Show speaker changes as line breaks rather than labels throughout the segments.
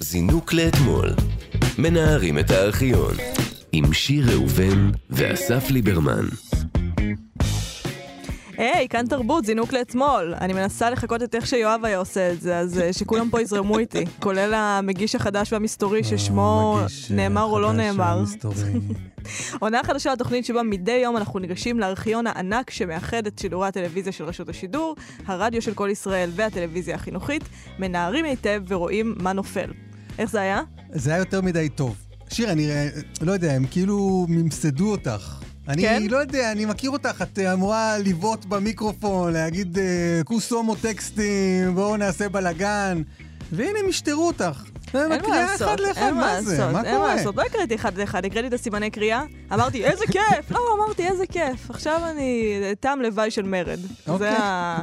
זינוק לאתמול. מנערים את הארכיון. עם שיר ראובן ואסף ליברמן.
היי, כאן תרבות, זינוק לאתמול. אני מנסה לחכות את איך שיואב היה עושה את זה, אז אה, שכולם פה יזרמו איתי, כולל המגיש החדש והמסתורי ששמו
מגיש, אה,
נאמר או לא
חדש,
נאמר.
מסתורי.
עונה חדשה התוכנית שבה מדי יום אנחנו ניגשים לארכיון הענק שמאחד את שידורי הטלוויזיה של רשות השידור, הרדיו של כל ישראל והטלוויזיה החינוכית, מנערים היטב ורואים מה נופל. איך זה היה?
זה היה יותר מדי טוב. שיר, אני אה, לא יודע, הם כאילו ממסדו אותך. אני
כן?
לא יודע, אני מכיר אותך, את אה, אמורה לבעוט במיקרופון, להגיד אה, כוס הומו טקסטים, בואו נעשה בלאגן, והנה הם ישטרו אותך. הם
אין מה
הקריאה
לעשות,
אחד לאחד,
אין
מה זה?
לעשות,
מה
אין מה
קורה?
לעשות, לא הקראתי אחד לאחד, הקראתי את הסימני קריאה, אמרתי, איזה כיף! לא, אמרתי, איזה כיף. עכשיו אני טעם לוואי של מרד.
אוקיי.
זה ה...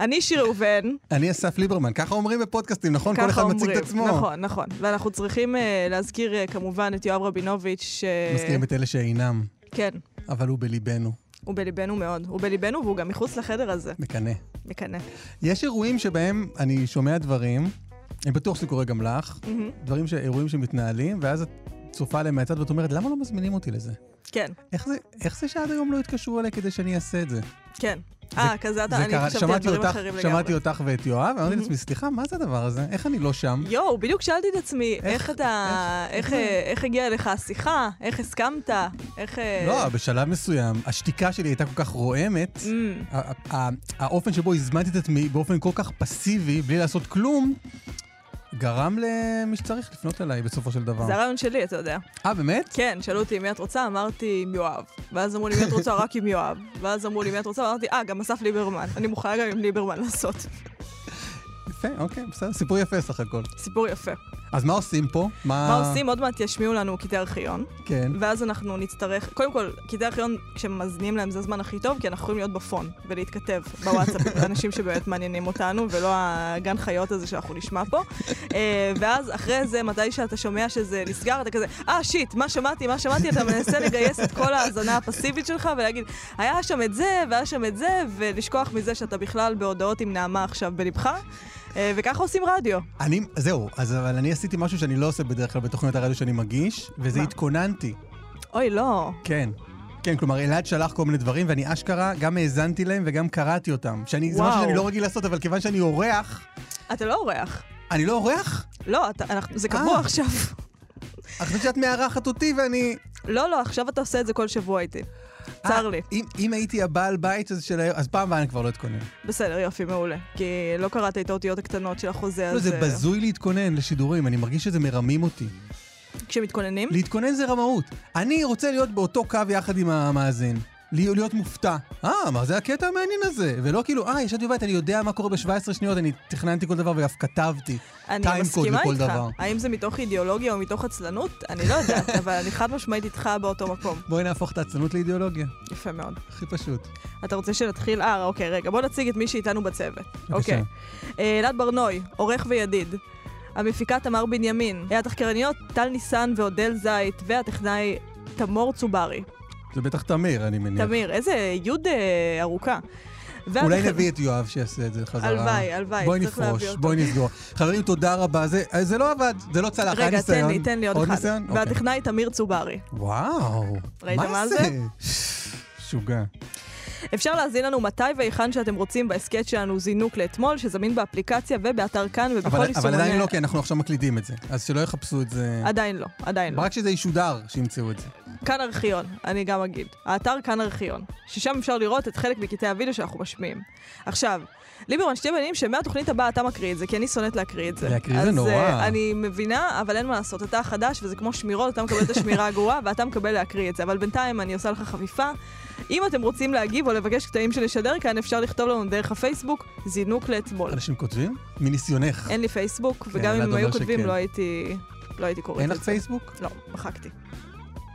אני שיר ראובן,
אני אסף ליברמן, ככה אומרים בפודקאסטים, נכון? כל
ככה
אחד
אומרים.
מציג את עצמו.
נכון, נכון. ואנחנו צריכים אה, להזכיר אה, כמובן את יואב רבינוביץ', ש...
מזכירים את אלה שאינם,
כן,
אבל הוא בליבנו,
הוא בליבנו מאוד. הוא בליבנו והוא גם מחוץ לחדר הזה.
מקנא.
מקנא.
יש אירועים שבהם אני שומע דברים, אני בטוח שזה קורה גם לך,
מהמם.
דברים, ש... אירועים שמתנהלים, ואז את צופה עליהם מהצד ואת אומרת, למה לא מזמינים אותי לזה?
כן,
איך זה, איך זה שעד היום לא התקשרו אליי כדי שאני אעשה את זה?
כן. אה, כזה אתה,
זה
אני
קרה-
חשבתי על
שמעתי
דברים
אותך-
אחרים
שמעתי
לגמרי.
אותך ואת יואב, ואמרתי לעצמי, סליחה, מה זה הדבר הזה? איך אני לא שם?
יואו, בדיוק שאלתי את עצמי, איך אתה, איך אה, איך הגיעה אליך השיחה, איך הסכמת, איך... אה,
לא, בשלב מסוים, השתיקה שלי הייתה כל כך רועמת,
אמ,
ה- ה- ה- האופן שבו הזמנתי את עצמי באופן כל כך פסיבי, בלי לעשות כלום, גרם למי שצריך לפנות אליי בסופו של דבר.
זה הרעיון שלי, אתה יודע.
אה, באמת?
כן, שאלו אותי מי את רוצה, אמרתי עם יואב. ואז אמרו לי מי את רוצה, רק עם יואב. ואז אמרו לי מי את רוצה, אמרתי, אה, גם אסף ליברמן. אני מוכנה גם עם ליברמן לעשות.
יפה, אוקיי, בסדר, סיפור יפה סך הכל.
סיפור יפה.
אז מה עושים פה?
מה עושים? עוד מעט ישמיעו לנו קטעי ארכיון,
כן.
ואז אנחנו נצטרך, קודם כל, קטעי ארכיון, כשמאזינים להם זה הזמן הכי טוב, כי אנחנו יכולים להיות בפון ולהתכתב בוואטסאפ, אנשים שבאמת מעניינים אותנו, ולא הגן חיות הזה שאנחנו נשמע פה. אה, ואז אחרי זה, מתי שאתה שומע שזה נסגר, אתה כזה, אה, שיט, מה שמעתי, מה שמעתי, אתה מנסה לגייס את כל ההאזנה הפסיבית שלך ולהגיד, היה שם את זה, והיה שם את זה, ולשכוח מזה שאתה בכלל בהודעות עם נעמה עכשיו בלבך. אה, וככה עושים רדיו.
אני, זהו, אז אבל אני עשיתי משהו שאני לא עושה בדרך כלל בתוכניות הרדיו שאני מגיש, וזה
מה?
התכוננתי.
אוי, לא.
כן. כן, כלומר, אלעד שלח כל מיני דברים, ואני אשכרה גם האזנתי להם וגם קראתי אותם. שאני, זה משהו
וואו.
שאני לא רגיל לעשות, אבל כיוון שאני אורח,
אתה לא אורח.
אני לא אורח?
לא, אתה, אנחנו, זה קבוע
אה.
עכשיו.
את חושבת שאת מארחת אותי ואני...
לא, לא, עכשיו אתה עושה את זה כל שבוע איתי. צר
אה,
לי.
אם, אם הייתי הבעל בית הזה של היום, אז פעם הבאה אני כבר לא אתכונן.
בסדר, יופי, מעולה. כי לא קראת את האותיות הקטנות של החוזה
לא,
הזה.
זה בזוי להתכונן לשידורים, אני מרגיש שזה מרמים אותי.
כשמתכוננים?
להתכונן זה רמאות. אני רוצה להיות באותו קו יחד עם המאזין. להיות להיות מופתע. אה, מה זה הקטע המעניין הזה? ולא כאילו, אה, ישבתי בבית, אני יודע מה קורה ב-17 שניות, אני תכננתי כל דבר ואף כתבתי.
אני
טיים קוד
מסכימה
לכל
איתך.
דבר.
האם זה מתוך אידיאולוגיה או מתוך עצלנות? אני לא יודעת, אבל אני חד משמעית איתך באותו מקום.
בואי נהפוך את העצלנות לאידיאולוגיה.
יפה מאוד.
הכי פשוט.
אתה רוצה שנתחיל? אה, אוקיי, רגע. בוא נציג את מי שאיתנו בצוות.
בבקשה.
אוקיי. אה, אלעד ברנוי, עורך וידיד. המפיקה תמר בנימין. התחקרניות טל ניסן ואודל זית. והטכנאי תמור צוברי.
זה בטח תמיר, אני מניח.
תמיר, איזה יוד אה, ארוכה.
אולי
והתח-
נביא את יואב שיעשה את זה חזרה.
הלוואי, הלוואי,
בואי
צריך להביא
נפרוש,
אותו.
בואי נסגור. חברים, תודה רבה. זה אה, זה לא עבד, זה לא צלח. היה
רגע, תן
ניסיון.
לי, תן לי עוד אחד.
עוד ניסיון? אוקיי.
והטכנאי תמיר צוברי.
וואו.
ראית מה זה?
שוגע.
אפשר להזין לנו מתי והיכן שאתם רוצים בהסכת שלנו זינוק לאתמול, שזמין באפליקציה ובאתר כאן ובכל
אבל, אבל
יישומוני...
עדיין לא, כי אנחנו עכשיו מקלידים את זה. אז שלא יחפשו את זה.
אה, עדיין לא, עדיין לא.
רק שזה ישודר, שימצאו את זה.
כאן ארכיון, אני גם אגיד. האתר כאן ארכיון, ששם אפשר לראות את חלק מקטעי הוידאו שאנחנו משמיעים. עכשיו, ליברמן, שתי בעניינים שמהתוכנית הבאה אתה מקריא את זה, כי אני שונאת להקריא את זה.
להקריא זה נורא.
אז אה, אני מבינה, אבל אין מה לעשות, אתה חדש, וזה כמו שמירות, אתה מקבל את השמירה הגרועה, ואתה מקבל להקריא את זה. אבל בינתיים אני עושה לך חפיפה. אם אתם רוצים להגיב או לבקש קטעים שנשדר כאן, אפשר לכתוב לנו דרך הפייסבוק, זינוק לאתמול.
אנשים כותבים? מניסיונך.
אין לי פייסבוק, וגם
כן, אלעד
אם היו
אומר
כותבים
שכן.
לא הייתי... לא הייתי קוראת
אין
את
לך
זה.
פייסבוק?
לא, מחקתי.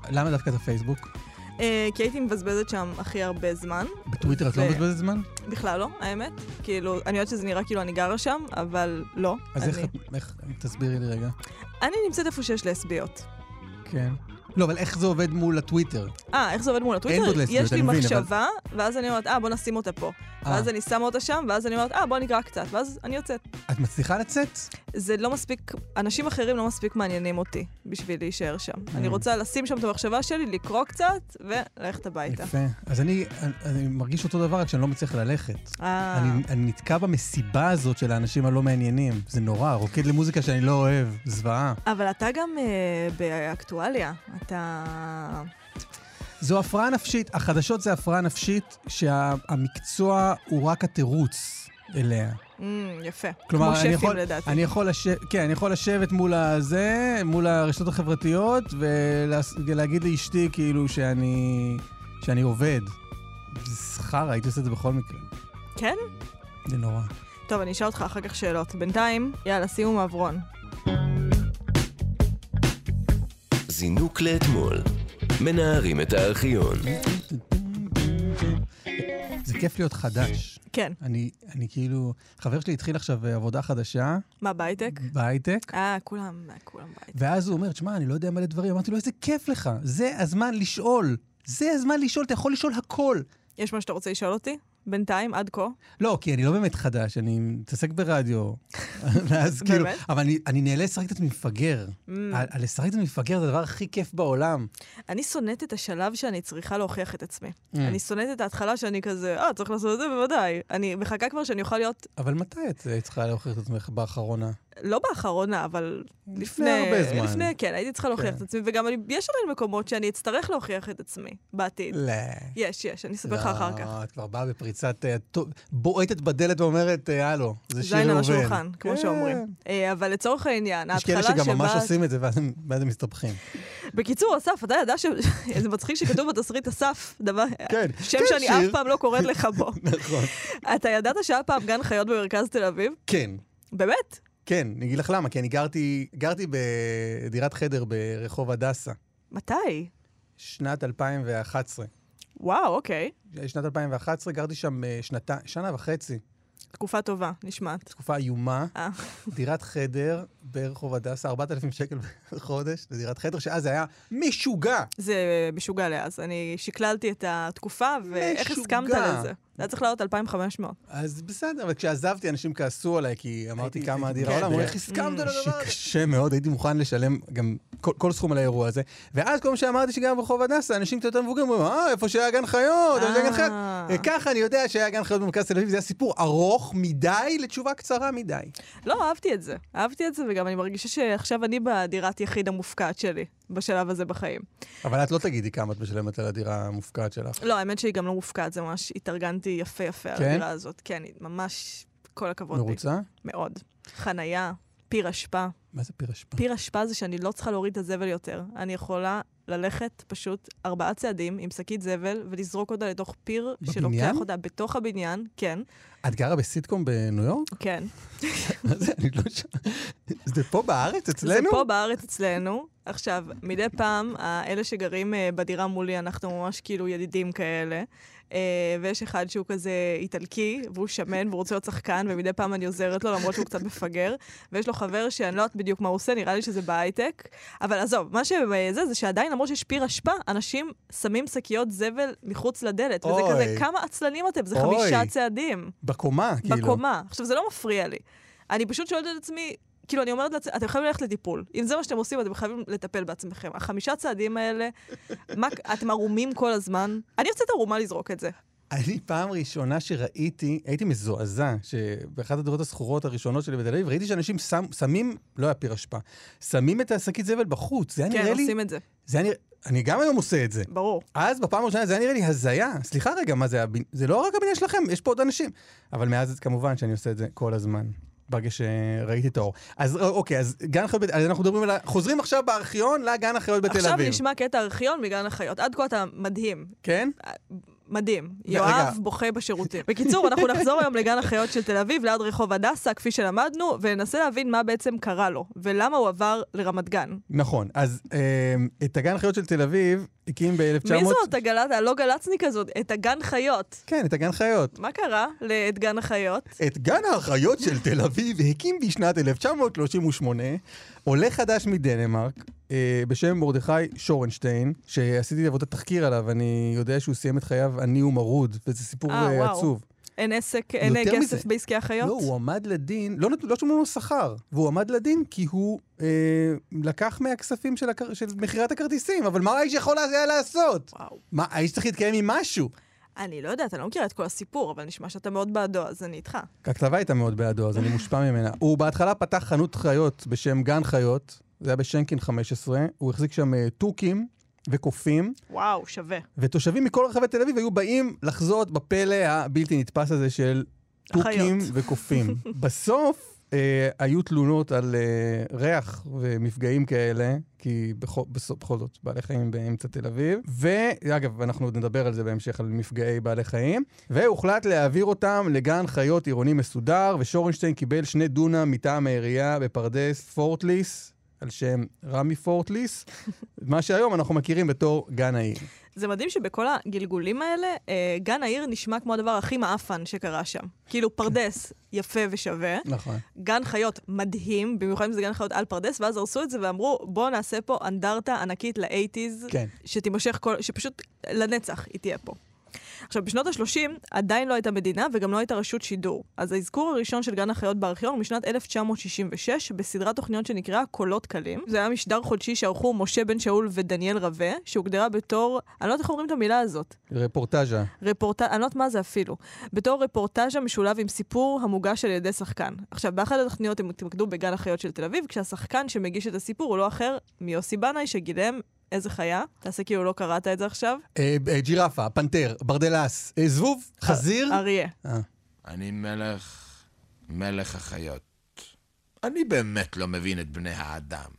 למה דווקא את הפייסבוק?
אה, כי הייתי מבזבזת שם הכי הרבה זמן.
בטוויטר את לא
זה-
מבזבזת זמן?
בכלל לא, האמת. כאילו, אני יודעת שזה נראה כאילו אני גרה שם, אבל לא.
אז
אני,
איך את... איך- תסבירי לי רגע.
אני נמצאת איפה שיש לסביות.
כן. לא, אבל איך זה עובד מול הטוויטר?
אה, איך זה עובד מול הטוויטר?
עוד לסביות,
יש לי
אני מבין, אבל-
מחשבה, ואז אני אומרת, אה, בוא נשים אותה פה. ואז אני שמה אותה שם, ואז אני אומרת, אה, בוא נקרא קצת, ואז אני יוצאת.
את מצליחה לצאת?
זה לא מספיק, אנשים אחרים לא מספיק מעניינים אותי בשביל להישאר שם. אני רוצה לשים שם את המחשבה שלי, לקרוא קצת, וללכת הביתה.
יפה. אז אני, אני, אני מרגיש אותו דבר, רק שאני לא מצליח ללכת.
אה,
אני, אני נתקע במסיבה הזאת של האנשים הלא מעניינים. זה נורא, רוקד למוזיקה שאני לא אוהב, זוועה.
אבל אתה גם אה, באקטואליה, אתה...
זו הפרעה נפשית, החדשות זה הפרעה נפשית שהמקצוע הוא רק התירוץ אליה.
אמ, יפה.
כלומר,
כמו
אני
שפים
יכול,
לדעתי.
אני יכול, לשב, כן, אני יכול לשבת מול הזה, מול הרשתות החברתיות, ולעס- ולהגיד לאשתי כאילו שאני, שאני עובד. זה חרא, הייתי עושה את זה בכל מקרה.
כן?
זה נורא.
טוב, אני אשאל אותך אחר כך שאלות. בינתיים, יאללה, סיום העברון.
זינוק לאתמול. מנערים את הארכיון.
זה כיף להיות חדש.
כן.
אני, אני כאילו, חבר שלי התחיל עכשיו אה, עבודה חדשה
מה, בהייטק?
בהייטק,
אה, כולם, אה, כולם בהייטק.
ואז הוא אומר, תשמע, אני לא יודע מלא דברים. אמרתי לו, איזה כיף לך, זה הזמן לשאול. זה הזמן לשאול, אתה יכול לשאול הכל.
יש מה שאתה רוצה לשאול אותי? בינתיים, עד כה?
לא, כי אני לא באמת חדש, אני מתעסק ברדיו. ואז כאילו,
באמת?
אבל אני, אני נהנה לשחק את עצמי מפגר.
Mm.
ה- ה- לשחק את עצמי מפגר זה הדבר הכי כיף בעולם.
אני שונאת את השלב שאני צריכה להוכיח את עצמי.
Mm.
אני שונאת את ההתחלה שאני כזה, אה, צריך לעשות את זה בוודאי. אני מחכה כבר שאני אוכל להיות,
אבל מתי את אה, צריכה להוכיח את עצמך באחרונה?
לא באחרונה, אבל לפני...
הרבה זמן.
לפני, כן, הייתי צריכה להוכיח
כן.
את עצמי, וגם אני, יש עדיין מקומות שאני אצטרך להוכיח את עצמי בעתיד.
לא.
יש, יש, אני אספר לך אחר כך.
לא, את כבר באה בפריצת... אה, טוב, בועטת בדלת ואומרת, אה, הלו, זה שיר
זין
ראובן.
על השולחן, כמו
כן.
שאומרים. אה, אבל לצורך העניין,
יש כאלה
ההתחלה
שגם ממש
שבה...
עושים את זה, ואז הם- ואז הם מסתבכים.
בקיצור, אסף, אתה ידע ש... זה מצחיק שכתוב בתסריט אסף, דבר...
כן,
שם
כן,
שאני אף
שיר.
פעם לא קוראת לך בו.
נכון.
אתה ידעת שהיה פעם גן חיות במרכז תל אביב?
כן,
באמת?
כן, אני אגיד לך למה, כי אני גרתי גרתי בדירת חדר ברחוב הדסה,
מתי?
שנת 2011.
וואו, אוקיי.
שנת 2011, גרתי שם אה, שנתה, שנה וחצי,
תקופה טובה, נשמעת.
תקופה איומה.
אה.
דירת חדר ברחוב הדסה, 4,000 שקל בחודש, לדירת חדר, שאז זה היה משוגע.
זה משוגע לאז. אני שקללתי את התקופה, ואיך
משוגע.
הסכמת לזה? זה היה צריך לעלות 2,500.
אז בסדר, אבל כשעזבתי, אנשים כעסו עליי, כי אמרתי
הייתי-
כמה
הייתי-
אדיר
כן,
העולם, אמרו,
זה-
איך הסכמת
Mm.
לדבר הזה? שקשה מאוד, הייתי מוכן לשלם גם כל- כל סכום על האירוע הזה. ואז כל מה שאמרתי שגם ברחוב הדסה, אנשים קצת יותר מבוגרים אומרים, אה, איפה שהיה גן חיות, איפה שהיה גן חיות.
אה.
אה, ככה אני יודע שהיה גן חיות במרכז תל אביב, זה היה סיפור ארוך מדי לתשובה קצרה מדי.
לא, אהבתי את זה. אהבתי את זה, וגם אני מרגישה שעכשיו אני בדירת יחיד המופקעת שלי, בשלב הזה בחיים.
אבל את לא תגידי כמה את משלמת על הדירה המופקעת שלך.
לא, האמת שהיא גם לא מופקעת, זה ממש התארגנתי יפה יפה על
כן?
הדירה הזאת. כן, היא ממש כל הכבוד לי.
מרוצה?
מאוד. חנייה, פיר אשפה.
מה זה פיר אשפה?
פיר אשפה זה שאני לא צריכה להוריד את הזבל יותר. אני יכולה ללכת פשוט ארבעה צעדים עם שקית זבל ולזרוק אותה לתוך פיר שלוקח
בבניין?
אותה בתוך הבניין. כן,
את גרה בסיטקום בניו יורק?
כן.
מה זה? אני לא שם. זה פה בארץ,
זה
אצלנו?
פה בארץ אצלנו. עכשיו, מדי פעם, אלה שגרים אה, בדירה מולי, אנחנו ממש כאילו ידידים כאלה. אה, ויש אחד שהוא כזה איטלקי, והוא שמן, והוא רוצה להיות שחקן, ומדי פעם אני עוזרת לו, למרות שהוא קצת מפגר. ויש לו חבר שאני לא יודעת בדיוק מה הוא עושה, נראה לי שזה בהייטק. אבל עזוב, מה שזה, זה שעדיין, למרות שיש פיר אשפה, אנשים שמים שקיות זבל מחוץ לדלת. וזה
אוי.
כזה, כמה עצלנים אתם? זה
אוי.
חמישה צעדים.
בקומה, כאילו.
בקומה. עכשיו, זה לא מפריע לי. אני פשוט שואלת את עצמי, כאילו, אני אומרת לעצמי, אתם חייבים ללכת לטיפול. אם זה מה שאתם עושים, אתם חייבים לטפל בעצמכם. החמישה צעדים האלה, מה, אתם ערומים כל הזמן? אני יוצאת ערומה לזרוק את זה.
אני פעם ראשונה שראיתי, הייתי מזועזע, שבאחת הדירות השכורות הראשונות שלי בתל אביב, ראיתי שאנשים שם, שמים, לא היה פיר אשפה, שמים את השקית זבל בחוץ. זה היה
כן,
נראה לי...
עושים את זה,
זה היה נראה... אני גם היום עושה את זה.
ברור.
אז בפעם הראשונה זה היה נראה לי הזיה. סליחה רגע, מה זה הבניין? זה לא רק הבניין שלכם, יש פה עוד אנשים. אבל מאז כמובן שאני עושה את זה כל הזמן. ברגע שראיתי את האור. אז א- אוקיי, אז גן חיות, בת- אז אנחנו מדברים על ה... חוזרים עכשיו בארכיון לגן החיות בתל
עכשיו
אביב.
נשמע קטע ארכיון מגן החיות. עד כה אתה מדהים.
כן?
מדהים.
רגע.
יואב בוכה בשירותים. בקיצור, אנחנו נחזור היום לגן החיות של תל אביב, ליד רחוב הדסה, כפי שלמדנו, וננסה להבין מה בעצם קרה לו, ולמה הוא עבר לרמת גן.
נכון. אז אה, את הגן החיות של תל אביב הקים ב-1900...
מי זאת הגלת, הלא גלצניק הזאת? את הגן חיות.
כן, את הגן חיות.
מה קרה לאת גן החיות?
את גן החיות של תל אביב הקים בשנת 1938 עולה חדש מדנמרק אה, בשם מרדכי שורנשטיין, שעשיתי עבודת תחקיר עליו, אני יודע שהוא סיים את חייו עני ומרוד, וזה סיפור
אה,
אה,
וואו.
עצוב.
אין עסק, אין
יותר
כסף
מזה.
בעסקי החיות?
לא, הוא עמד לדין, לא, נתנו- לא שולמו לו שכר, והוא עמד לדין כי הוא אה, לקח מהכספים של, הכר, של מכירת הכרטיסים, אבל מה האיש יכול היה לעשות?
וואו.
מה, האיש צריך להתקיים עם משהו.
אני לא יודעת, אני לא מכירה את כל הסיפור, אבל נשמע שאתה מאוד בעדו, אז אני איתך.
הכתבה הייתה מאוד בעדו, אז אני מושפע ממנה. הוא בהתחלה פתח חנות חיות בשם גן חיות, זה היה בשנקין 15, הוא החזיק שם אה, תוכים וקופים,
וואו, שווה.
ותושבים מכל רחבי תל אביב היו באים לחזות בפלא הבלתי נתפס הזה של תוכים
החיות.
וקופים. בסוף אה, היו תלונות על אה, ריח ומפגעים כאלה, כי בכל, בסוף, בכל זאת, בעלי חיים באמצע תל אביב. ואגב, אנחנו עוד נדבר על זה בהמשך, על מפגעי בעלי חיים. והוחלט להעביר אותם לגן חיות עירוני מסודר, ושורנשטיין קיבל שני דונם מטעם העירייה בפרדס פורטליס. על שם רמי פורטליס, מה שהיום אנחנו מכירים בתור גן העיר.
זה מדהים שבכל הגלגולים האלה, אה, גן העיר נשמע כמו הדבר הכי מעפן שקרה שם. כאילו, פרדס יפה ושווה,
נכון.
גן חיות מדהים, במיוחד אם זה גן חיות על פרדס, ואז הרסו את זה ואמרו, בואו נעשה פה אנדרטה ענקית לאייטיז,
כן.
שתימשך כל... שפשוט לנצח היא תהיה פה. עכשיו, בשנות ה-30 עדיין לא הייתה מדינה וגם לא הייתה רשות שידור. אז האזכור הראשון של גן החיות בארכיון הוא משנת 1966, בסדרת תוכניות שנקראה קולות קלים. זה היה משדר חודשי שערכו משה בן שאול ודניאל רווה, שהוגדרה בתור, אני לא יודעת איך אומרים את המילה הזאת,
רפורטאז'ה.
רפורטאז', אני לא יודעת מה זה אפילו, בתור רפורטאז'ה משולב עם סיפור המוגש על ידי שחקן. עכשיו, באחת התוכניות הם התמקדו בגן החיות של תל אביב, כשהשחקן שמגיש את הסיפור הוא לא אחר מיוסי בנאי, שגילם איזה חיה, תעשה כאילו לא קראת את זה עכשיו,
אה, אה, ג'ירפה, פנתר, ברדלס, אה, זבוב, חזיר.
אריה.
אה,
אני מלך, מלך החיות. אני באמת לא מבין את בני האדם.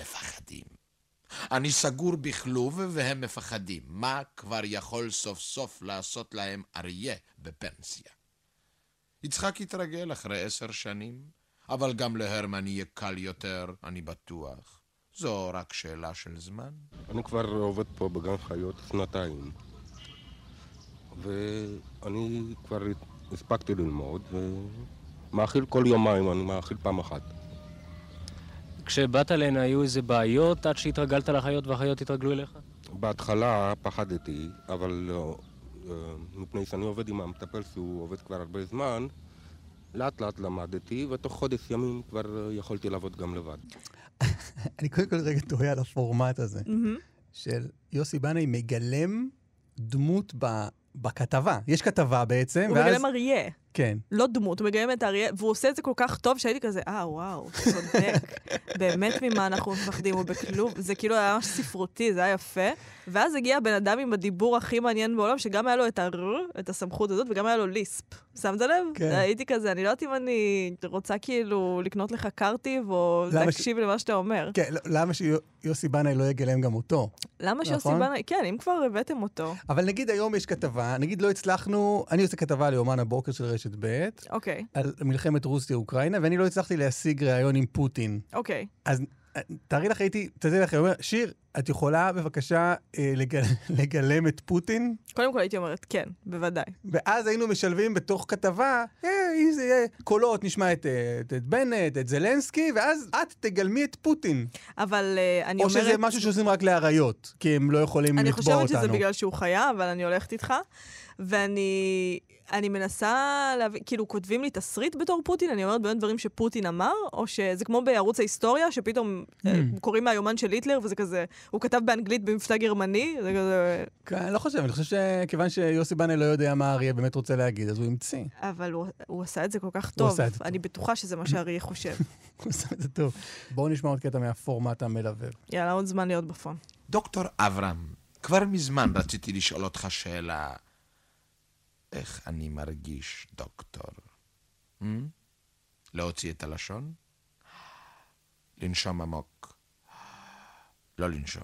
מפחדים. אני סגור בכלוב והם מפחדים. מה כבר יכול סוף סוף לעשות להם אריה בפנסיה? יצחק התרגל אחרי עשר שנים, אבל גם להרמן יהיה קל יותר, אני בטוח. זו רק שאלה של זמן.
אני כבר עובד פה בגן חיות שנתיים, ואני כבר הספקתי ללמוד, ומאכיל כל יומיים, אני מאכיל פעם אחת.
כשבאת אליהן היו איזה בעיות עד שהתרגלת לחיות והחיות התרגלו אליך?
בהתחלה פחדתי, אבל לא, אה, מפני שאני עובד עם המטפל שהוא עובד כבר הרבה זמן, לאט לאט למדתי, ותוך חודש ימים כבר אה, יכולתי לעבוד גם לבד.
אני קודם כל רגע תוהה על הפורמט הזה,
מהמם.
של יוסי בנאי מגלם דמות ב- בכתבה. יש כתבה בעצם,
הוא
ואז...
מגלם אריה,
כן.
לא דמות, הוא מגלם את האריה, והוא עושה את זה כל כך טוב שהייתי כזה, אה, וואו, צודק. באמת ממה אנחנו מפחדים, הוא בכלוב. זה כאילו היה ממש ספרותי, זה היה יפה. ואז הגיע הבן אדם עם הדיבור הכי מעניין בעולם, שגם היה לו את הרר, את הסמכות הזאת, וגם היה לו ליספ. שמת לב?
כן.
הייתי כזה, אני לא יודעת אם אני רוצה כאילו לקנות לך קרטיב, או
למה ש-
להקשיב למה שאתה אומר.
כן, לא- למה שיוסי בנאי לא יגלם גם אותו?
למה שיוסי
נכון.
בנאי... כן, אם כבר הבאתם אותו.
אבל נגיד היום יש כתבה, נגיד לא הצלחנו, אני עושה כתבה על יומן הבוקר של רשת ב',
אוקיי,
על מלחמת רוסיה-אוקראינה, ואני לא הצלחתי להשיג ראיון עם פוטין.
אוקיי.
אז אה, תארי לך, הייתי, תתארי לך, אומר, שיר, את יכולה בבקשה אה, לגל- לגלם את פוטין?
קודם כל הייתי אומרת, כן, בוודאי.
ואז היינו משלבים בתוך כתבה, אה, איזה אה, קולות, נשמע את, אה, את, את בנט, את זלנסקי, ואז את תגלמי את פוטין.
אבל אה, אני
או
אומרת...
שזה משהו שעושים רק לאריות, כי הם לא יכולים
אני
לתבוע אותנו.
חושבת שזה בגלל שהוא חיה, אבל אני הולכת איתך. ואני אני מנסה להבין, כאילו, כותבים לי תסריט בתור פוטין, אני אומרת באמת דברים שפוטין אמר, או שזה כמו בערוץ ההיסטוריה, שפתאום אה,
Mm.
קוראים מהיומן של היטלר, וזה כזה, הוא כתב באנגלית במבטא גרמני, זה כזה...
כן, אני לא חושב, אני חושב שכיוון שיוסי בנה לא יודע מה אריה באמת רוצה להגיד, אז הוא המציא.
אבל הוא, הוא עשה את זה כל כך טוב,
עשה את זה
אני בטוחה שזה מה שאריה חושב.
הוא עושה את זה טוב. בואו נשמע עוד קטע מהפורמט המלווה.
יאללה, עוד זמן להיות בפון.
דוקטור אברהם, כבר מזמן רציתי לשאול אותך שאלה. איך אני מרגיש, דוקטור? Hmm? להוציא את הלשון? לנשום עמוק. לא לנשום.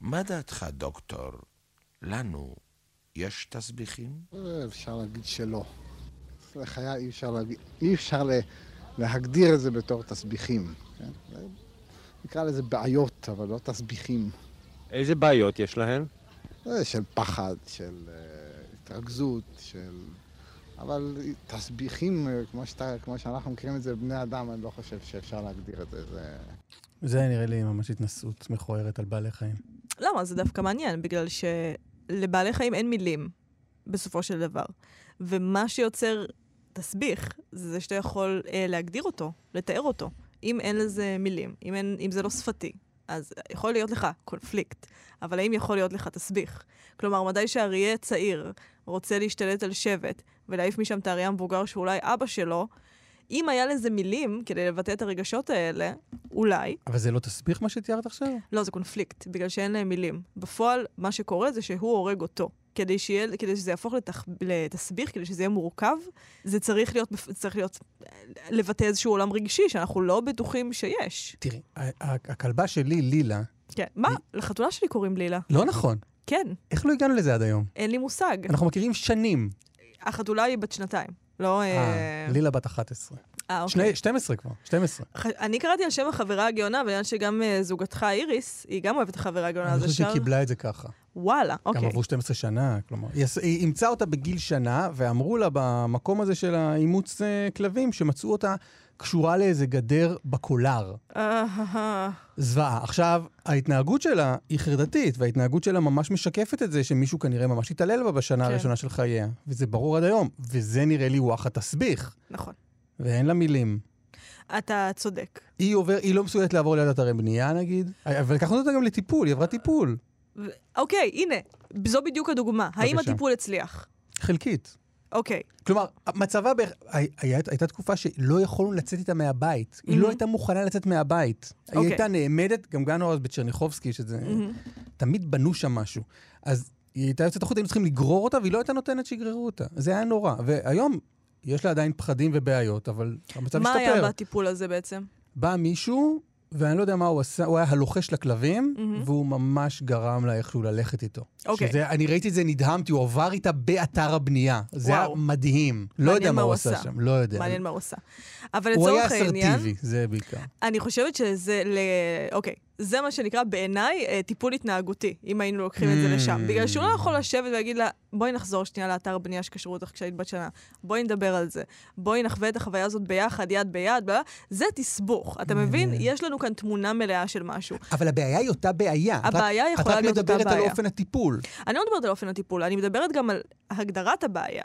מה דעתך, דוקטור? לנו יש תסביכים?
אה, אפשר להגיד שלא. לחיה אי אפשר, להגיד, אי אפשר לה- להגדיר את זה בתור תסביכים. כן? זה- נקרא לזה בעיות, אבל לא תסביכים.
איזה בעיות יש להן?
אה, של פחד, של אה, התרכזות, של... אבל תסביכים, אה, כמו, שאתה, כמו שאנחנו מכירים את זה בבני אדם, אני לא חושב שאפשר להגדיר את זה. זה...
זה נראה לי ממש התנסות מכוערת על בעלי חיים.
לא, למה? זה דווקא מעניין, בגלל שלבעלי חיים אין מילים, בסופו של דבר. ומה שיוצר תסביך, זה שאתה יכול אה, להגדיר אותו, לתאר אותו. אם אין לזה מילים, אם, אין, אם זה לא שפתי, אז יכול להיות לך קונפליקט, אבל האם יכול להיות לך תסביך? כלומר, מדי שאריה צעיר רוצה להשתלט על שבט ולהעיף משם את האריה המבוגר שאולי אבא שלו, אם היה לזה מילים כדי לבטא את הרגשות האלה, אולי,
אבל זה לא תסביך מה שתיארת עכשיו?
לא, זה קונפליקט, בגלל שאין להם מילים. בפועל, מה שקורה זה שהוא הורג אותו. כדי, שיה, כדי שזה יהפוך לתח, לתסביך, כדי שזה יהיה מורכב, זה צריך להיות, בפ- צריך להיות, אה, לבטא איזשהו עולם רגשי שאנחנו לא בטוחים שיש.
תראי, ה- ה- הכלבה שלי, לילה,
כן. מה? לחתונה שלי קוראים לילה.
לא נכון.
כן,
איך לא הגענו לזה עד היום?
אין לי מושג.
אנחנו מכירים שנים.
החתולה היא בת שנתיים. לא... אה,
אה, לילה בת 11.
אה, אוקיי.
שני- 12 כבר, 12.
ח- אני קראתי על שם החברה הגאונה, ואני יודעת שגם אה, זוגתך איריס, היא גם אוהבת את החברה הגאונה,
אני
לא, אז
חושב
אפשר...
שהיא קיבלה את זה ככה.
וואלה,
גם
אוקיי.
עברו 12 שנה, כלומר. היא עש- היא אימצה אותה בגיל שנה, ואמרו לה במקום הזה של האימוץ אה, כלבים, שמצאו אותה קשורה לאיזה גדר בקולר.
אה, אה, אה.
זוועה. עכשיו, ההתנהגות שלה היא חרדתית, וההתנהגות שלה ממש משקפת את זה שמישהו כנראה ממש התעלל בה בשנה
כן.
הראשונה של חייה. וזה ברור עד היום, וזה נראה לי וואחד תסביך,
נכון.
ואין לה מילים.
אתה צודק.
היא, עובר, היא לא מסוגלת לעבור ליד אתרי בנייה נגיד, אה, אבל לקחנו אותה גם לטיפול, היא עברה טיפול,
ו- אוקיי, הנה, זו בדיוק הדוגמה. האם
בבקשה.
הטיפול הצליח?
חלקית.
אוקיי,
כלומר, מצבה, בהכ- הי- היה- הייתה תקופה שלא יכולנו לצאת איתה מהבית. היא
מהמם.
לא הייתה מוכנה לצאת מהבית. היא
Mm-hmm. אוקיי. Mm-hmm.
הייתה נעמדת, גם גן אורז בצ'רניחובסקי, שזה...
מהמם.
תמיד בנו שם משהו. אז היא הייתה יוצאת החוצה, היינו צריכים לגרור אותה, והיא לא הייתה נותנת שיגררו אותה. זה היה נורא. והיום, יש לה עדיין פחדים ובעיות, אבל המצב
מה
השתפר.
היה בטיפול הזה בעצם?
בא מישהו, ואני לא יודע מה הוא עשה, הוא היה הלוחש לכלבים,
מהמם.
והוא ממש גרם לה איכשהו ללכת איתו.
אוקיי.
שזה, אני ראיתי את זה, נדהמתי, הוא עבר איתה באתר הבנייה. זה היה
וואו.
מדהים. לא
מעניין
יודע מה
מה
הוא
הוא
עשה
עשה.
שם, לא יודע.
מעניין מה הוא עשה. אבל
הוא היה
לצורך העניין,
אסרטיבי, זה בעיקר.
אני חושבת שזה, ל... אוקיי, זה מה שנקרא בעיניי אה, טיפול התנהגותי, אם היינו לוקחים את זה לשם.
Mm.
בגלל שהוא לא יכול לשבת ולהגיד לה, בואי נחזור שנייה לאתר בנייה שקשרו אותך כשהיית בת שנה, בואי נדבר על זה, בואי נחווה את החוויה הזאת ביחד, יד ביד, בלה, זה תסבוך.
Hmm.
אתה מבין? יש לנו כאן תמונה מלאה של משהו.
אבל הבעיה היא אותה בעיה. את רק-
הבעיה יכולה להיות
את
אותה
רק מדברת על
בעיה.
אופן הטיפול.
אני לא מדברת על אופן הטיפול, אני מדברת גם על הגדרת הבעיה.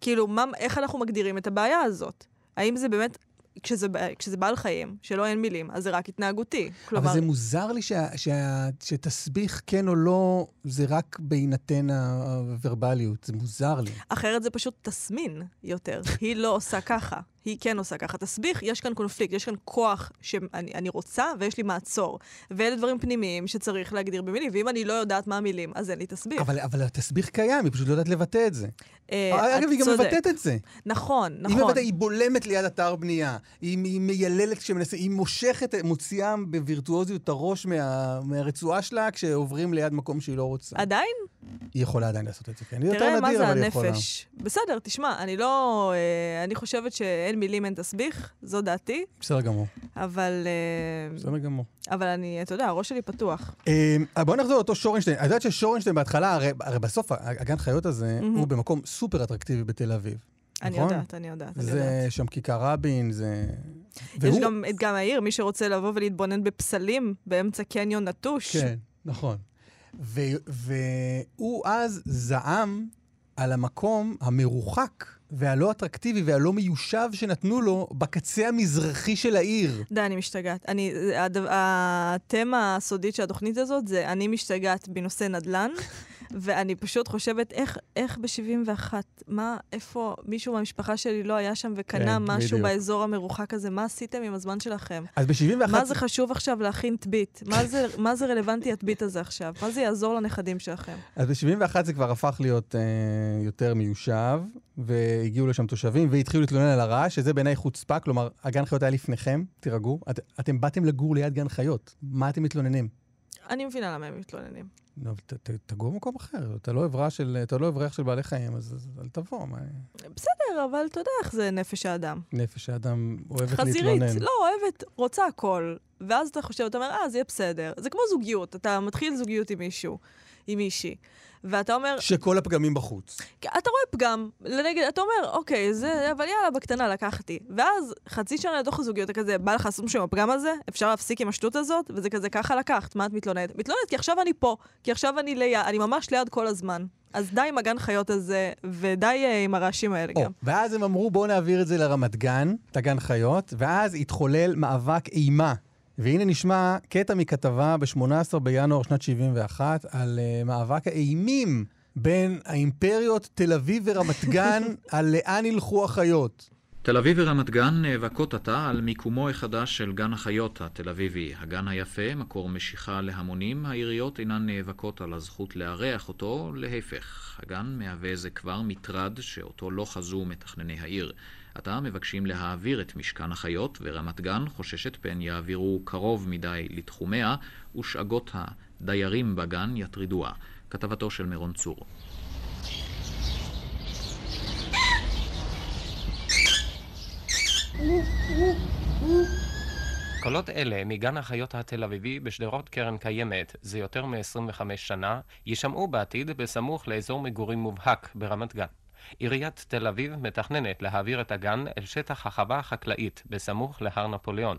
כאילו, מה, איך אנחנו מגדירים את הבעיה הזאת? האם זה באמת, כשזה, בע- כשזה בעל חיים, שלא אין מילים, אז זה רק התנהגותי. כלומר,
אבל זה מוזר לי שה- שה- שתסביך כן או לא, זה רק בהינתן הוורבליות. זה מוזר לי.
אחרת זה פשוט תסמין יותר. היא לא עושה ככה, היא כן עושה ככה. תסביך, יש כאן קונפליקט, יש כאן כוח שאני אני רוצה ויש לי מעצור. ואלה דברים פנימיים שצריך להגדיר במילים, ואם אני לא יודעת מה המילים, אז אין לי תסביך.
אבל אבל התסביך קיים, היא פשוט לא יודעת לבטא את זה.
אה,
אגב,
את
היא גם
צודק.
מבטאת את זה.
נכון,
היא
נכון.
מבטאת, היא בולמת ליד אתר בנייה, היא, היא מייללת כשמנסה, היא מושכת, מוציאה בווירטואוזיות את הראש מה, מהרצועה שלה כשעוברים ליד מקום שהיא לא רוצה.
עדיין?
היא יכולה עדיין לעשות את זה, כן. היא
תראה
יותר
מה
נדיר,
זה
אבל היא יכולה.
הנפש. בסדר, תשמע, אני לא... אה, אני חושבת שאין מילים, אין תסביך, זו דעתי,
בסדר גמור,
אבל... אה,
בסדר גמור.
אבל אני, אתה יודע, הראש שלי פתוח.
אה, בוא נחזור לאותו שורנשטיין. את יודעת ששורנשטיין בהתחלה, הרי, הרי בסוף הגן חיות הזה,
מהמם.
הוא במקום סופר אטרקטיבי בתל אביב.
אני
נכון?
יודעת, אני יודעת, אני יודעת.
זה שם כיכר רבין, זה...
יש גם את גן העיר, מי שרוצה לבוא ולהתבונן בפסלים באמצע קניון נטוש.
כן, נכון. ו- והוא אז זעם על המקום המרוחק והלא אטרקטיבי והלא מיושב שנתנו לו בקצה המזרחי של העיר.
די, אני משתגעת. אני, הדו, התמה הסודית של התוכנית הזאת זה אני משתגעת בנושא נדל"ן, ואני פשוט חושבת איך, איך ב-71, מה, איפה מישהו מהמשפחה שלי לא היה שם וקנה
כן,
משהו
בדיוק.
באזור המרוחק הזה, מה עשיתם עם הזמן שלכם?
אז ב-71...
מה זה חשוב עכשיו להכין טבית? מה זה, מה זה רלוונטי הטבית הזה עכשיו? מה זה יעזור לנכדים שלכם?
אז ב-71 זה כבר הפך להיות אה, יותר מיושב, והגיעו לשם תושבים והתחילו להתלונן על הרעש, שזה בעיניי חוצפה, כלומר, הגן חיות היה לפניכם, תירגעו. את, אתם באתם לגור ליד גן חיות, מה אתם מתלוננים?
אני מבינה למה הם מתלוננים.
לא, אבל ת- ת- תגור במקום אחר, אתה לא אוהב רעש של, אתה לא אוהב ריח של בעלי חיים, אז, אז אל תבוא, מה...
בסדר, כן, אבל אתה יודע איך זה נפש האדם.
נפש האדם אוהבת
חזירית,
להתלונן.
לא אוהבת, רוצה הכל. ואז אתה חושב, אתה אומר, אה, זה יהיה בסדר. זה כמו זוגיות, אתה מתחיל זוגיות עם מישהו. עם מישהי, ואתה אומר,
שכל הפגמים בחוץ.
אתה רואה פגם, לנגד, אתה אומר, אוקיי, זה, אבל יאללה, בקטנה לקחתי. ואז, חצי שנה לתוך הזוגיות, אתה כזה, בא לך לעשות משהו עם הפגם הזה? אפשר להפסיק עם השטות הזאת? וזה כזה, ככה לקחת, מה את מתלוננת? מתלוננת כי עכשיו אני פה, כי עכשיו אני ליד, אני ממש ליד כל הזמן. אז די עם הגן חיות הזה, ודי אה, עם הרעשים האלה
או,
גם.
ואז הם אמרו, בואו נעביר את זה לרמת גן, את הגן חיות, ואז התחולל מאבק אימה. והנה נשמע קטע מכתבה ב-18 בינואר שנת 71 על uh, מאבק האימים בין האימפריות תל אביב ורמת גן על לאן ילכו החיות.
תל אביב ורמת גן נאבקות עתה על מיקומו החדש של גן החיות התל אביבי. הגן היפה, מקור משיכה להמונים, העיריות אינן נאבקות על הזכות לארח אותו, להפך. הגן מהווה זה כבר מטרד שאותו לא חזו מתכנני העיר. עתה מבקשים להעביר את משכן החיות, ורמת גן חוששת פן יעבירו קרוב מדי לתחומיה, ושאגות הדיירים בגן יטרידוה. כתבתו של מירון צור.
קולות אלה מגן החיות התל אביבי בשדרות קרן קיימת, זה יותר מ-25 שנה, יישמעו בעתיד בסמוך לאזור מגורים מובהק ברמת גן. עיריית תל אביב מתכננת להעביר את הגן אל שטח החווה החקלאית בסמוך להר נפוליאון.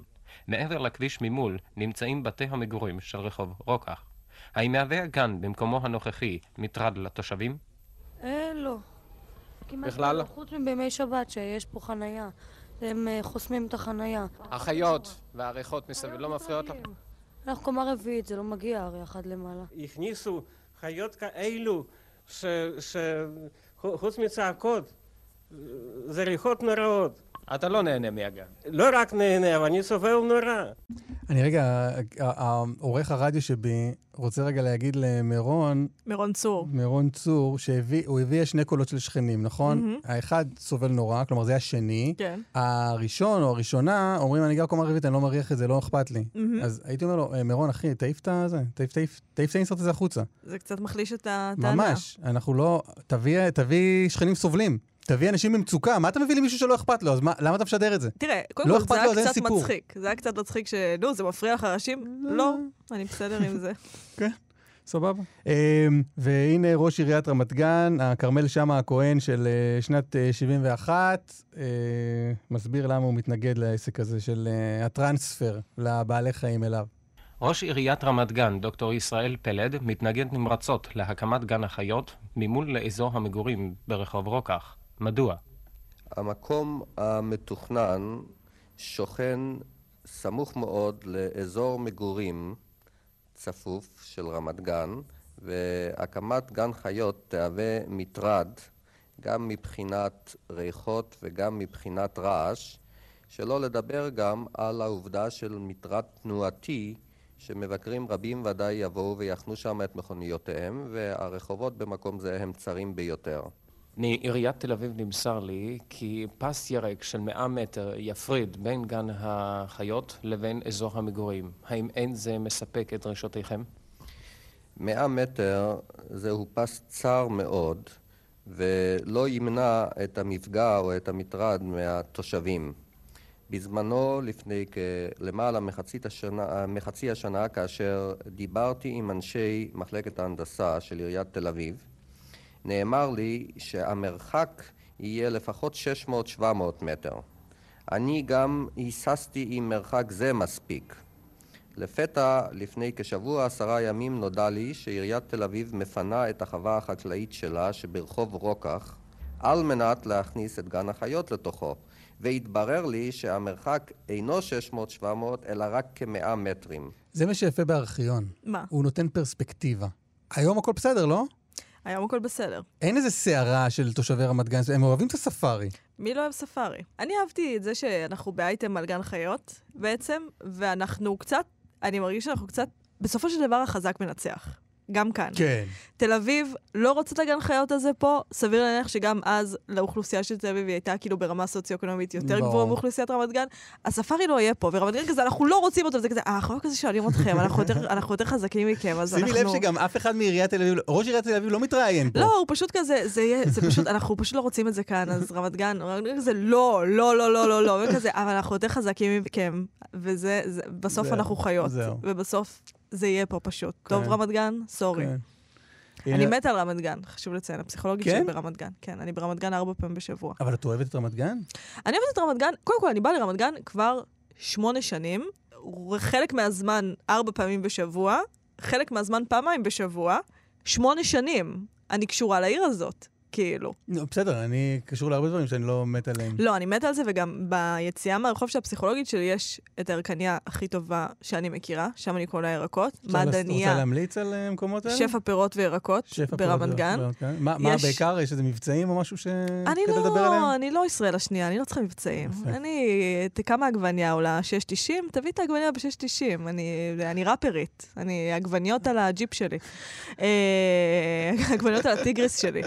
מעבר לכביש ממול נמצאים בתי המגורים של רחוב רוקח. האם מהווה הגן במקומו הנוכחי מטרד לתושבים?
אה, לא. כמעט
בכלל?
לא, חוץ מבימי שבת שיש פה חנייה. הם אה, חוסמים את החנייה.
החיות והריחות מסביב לא מפריעות לך?
אנחנו קומה רביעית, זה לא מגיע הרי אחד למעלה.
הכניסו חיות כאלו, שחוץ מצעקות, זה ריחות נוראות.
אתה לא נהנה מהגן.
לא רק נהנה, אבל אני סובל נורא.
אני רגע, ה- ה- העורך הרדיו שבי רוצה רגע להגיד למירון,
מירון צור.
מירון צור, שהוא הביא שני קולות של שכנים, נכון?
מהמם.
האחד סובל נורא, כלומר זה השני.
כן.
הראשון או הראשונה אומרים, אני גר קומה רביעית, אני לא מריח את זה, לא אכפת לי.
מהמם.
אז הייתי אומר לו, "אה, מירון, אחי, תעיף את הזה, תעיף- תעיף תעיף את האינסרט הזה החוצה.
זה קצת מחליש את הטענה.
ממש, אנחנו לא... תביא- תביא שכנים סובלים. תביא אנשים במצוקה, מה אתה מביא למישהו שלא אכפת לו? אז מה- למה אתה משדר את זה?
תראה, קודם
לא
כל, זה
אכפת לו, אז אין
היה קצת
סיפור.
מצחיק. זה היה קצת מצחיק ש... נו, זה מפריע לך רעשים? לא, אני בסדר עם זה.
סבבה. אמ, והנה ראש עיריית רמת גן, הכרמל שאמה הכהן של אה, שנת אה, 71, אה, מסביר למה הוא מתנגד לעסק הזה של אה, הטרנספר לבעלי חיים אליו.
ראש עיריית רמת גן, דוקטור ישראל פלד, מתנגד נמרצות להקמת גן החיות ממול לאזור המגורים ברחוב רוקח. מדוע?
המקום המתוכנן שוכן סמוך מאוד לאזור מגורים צפוף של רמת גן, והקמת גן חיות תהווה מטרד גם מבחינת ריחות וגם מבחינת רעש, שלא לדבר גם על העובדה של מטרד תנועתי שמבקרים רבים ודאי יבואו ויחנו שם את מכוניותיהם, והרחובות במקום זה הם צרים ביותר.
מעיריית תל אביב נמסר לי כי פס ירק של 100 מטר יפריד בין גן החיות לבין אזור המגורים. האם אין זה מספק את דרישותיכם?
100 מטר זהו פס צר מאוד, ולא ימנע את המפגע או את המטרד מהתושבים. בזמנו, לפני למעלה מחצית השנה, מחצי השנה, כאשר דיברתי עם אנשי מחלקת ההנדסה של עיריית תל אביב, נאמר לי שהמרחק יהיה לפחות 600-700 מטר. אני גם היססתי אם מרחק זה מספיק. לפתע, לפני כשבוע עשרה ימים, נודע לי שעיריית תל אביב מפנה את החווה החקלאית שלה שברחוב רוקח על מנת להכניס את גן החיות לתוכו, והתברר לי שהמרחק אינו 600-700 אלא רק כ-100 מטרים.
זה מה שיפה בארכיון.
מה?
הוא נותן פרספקטיבה. היום הכל בסדר, לא?
היום הכל בסדר.
אין איזה סערה של תושבי רמת גן, הם אוהבים את הספארי.
מי לא אוהב ספארי? אני אהבתי את זה שאנחנו באייטם על גן חיות, בעצם, ואנחנו קצת, אני מרגיש שאנחנו קצת, בסופו של דבר החזק מנצח. גם כאן.
כן.
תל אביב לא רוצה את הגן חיות הזה פה, סביר להניח שגם אז לאוכלוסייה של תל אביב היא הייתה כאילו ברמה סוציו-אקונומית יותר
ברור.
גבוהה מאוכלוסיית רמת גן, הספארי לא יהיה פה, ורמת גן כזה, אנחנו לא רוצים אותו, וזה כזה, "אה, אנחנו לא כזה שואלים אתכם, אנחנו יותר- אנחנו יותר חזקים מכם, אז אנחנו...
שימי לב שגם אף אחד מעיריית תל אביב, ראש עיריית תל אביב לא מתראיין פה.
לא, הוא פשוט כזה, זה יהיה, זה פשוט, אנחנו פשוט לא רוצים את זה כאן, אז רמת גן, הוא אומר כזה, לא, לא, לא, לא, לא, לא, וכזה, אבל אנחנו יותר חזקים מכם, וזה, זה- בסוף
זהו,
אנחנו חיות,
זהו.
ובסוף זה יהיה פה פשוט. טוב,
כן.
רמת גן? סורי.
כן.
אני מתה על רמת גן, חשוב לציין, הפסיכולוגית שלי
כן?
ברמת גן. כן, אני ברמת גן ארבע פעמים בשבוע.
אבל את אוהבת את רמת גן?
אני אוהבת את רמת גן, קודם כל, אני באה לרמת גן כבר שמונה שנים, חלק מהזמן ארבע פעמים בשבוע, חלק מהזמן פעמיים בשבוע, שמונה שנים אני קשורה לעיר הזאת, כאילו.
נו, בסדר, אני קשור להרבה דברים שאני לא מת עליהם.
לא, אני מתה על זה, וגם ביציאה מהרחוב של הפסיכולוגית שלי יש את הירקניה הכי טובה שאני מכירה, שם אני קונה ירקות,
רוצה לה- רוצה
מעדניה,
להמליץ על אה, המקומות האלה?
שפע פירות וירקות,
שפע פירות
ברמת
ו-
גן.
ברמת גן. מה מה
יש-
בעיקר? יש איזה מבצעים או משהו שכדאי
אני
לדבר עליהם?
לא, אני לא ישראל השנייה, אני לא צריכה מבצעים. אני, ת- כמה עגבניה עולה? 6.90? תביא את העגבניה ב-6.90. אני, אני ראפרית. אני, עגבניות על הג'יפ שלי. אה, עגבניות על הטיגריס שלי.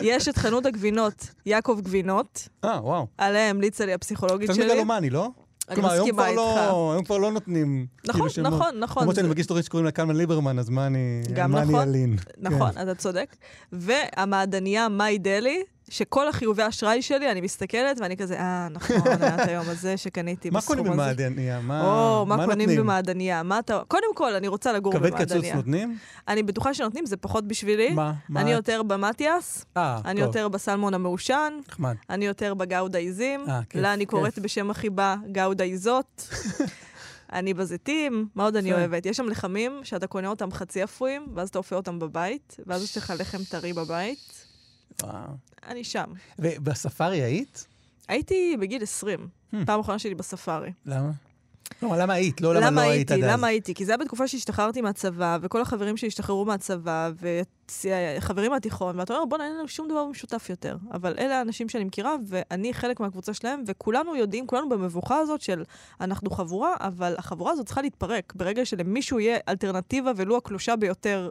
יש את חנות הגבינות, יעקב גבינות.
אה, וואו.
עליה המליצה לי הפסיכולוגית
קצת
שלי.
מגלומני, לא?
אני
כלומר, היום
מסכימה
כבר לא-
איתך.
היום כבר לא נותנים.
נכון,
כאילו, שמות.
נכון, נכון,
למרות שאני
זה-
מגיש תורים שקוראים לה קלמן ליברמן, אז מה אני...
גם
מה אני
נכון.
אלין?
נכון,
כן.
אתה צודק. והמעדניה מיי דלי, שכל החיובי האשראי שלי, אני מסתכלת ואני כזה, אה, נכון, היה את היום הזה שקניתי
מה
בסכום הזה.
קונים במעדניה? מה
או, מה
מה
קונים
נותנים?
במעדניה? מה אתה... קודם כל, אני רוצה לגור
כבד
במעדניה.
קצוץ נותנים?
אני בטוחה שנותנים, זה פחות בשבילי.
מה? מה
אני
את-
יותר במטיאס,
אה,
אני
טוב.
יותר בסלמון המעושן,
נחמד.
אני יותר בגאודה עיזים,
אה, כיף,
לה אני
כיף.
קוראת בשם החיבה גאודה עיזות. אני בזיתים, מה עוד אני
יפה.
אוהבת? יש שם לחמים שאתה קונה אותם חצי אפויים, ואז אתה אופה אותם בבית, ואז יש לך לחם טרי בבית.
וואו.
אני שם.
ובספארי היית?
הייתי בגיל 20,
Hmm.
פעם אחרונה שלי בספארי.
למה? לא, למה היית? לא, למה לא היית עד אז?
הייתי? למה הייתי? כי זה היה בתקופה שהשתחררתי מהצבא, וכל החברים שלי השתחררו מהצבא, וחברים מהתיכון, ואתה אומר, בואנה, אין לנו שום דבר משותף יותר. אבל אלה האנשים שאני מכירה, ואני חלק מהקבוצה שלהם, וכולנו יודעים, כולנו במבוכה הזאת של אנחנו חבורה, אבל החבורה הזאת צריכה להתפרק. ברגע שלמישהו יהיה אלטרנטיבה ולו הקלושה ביותר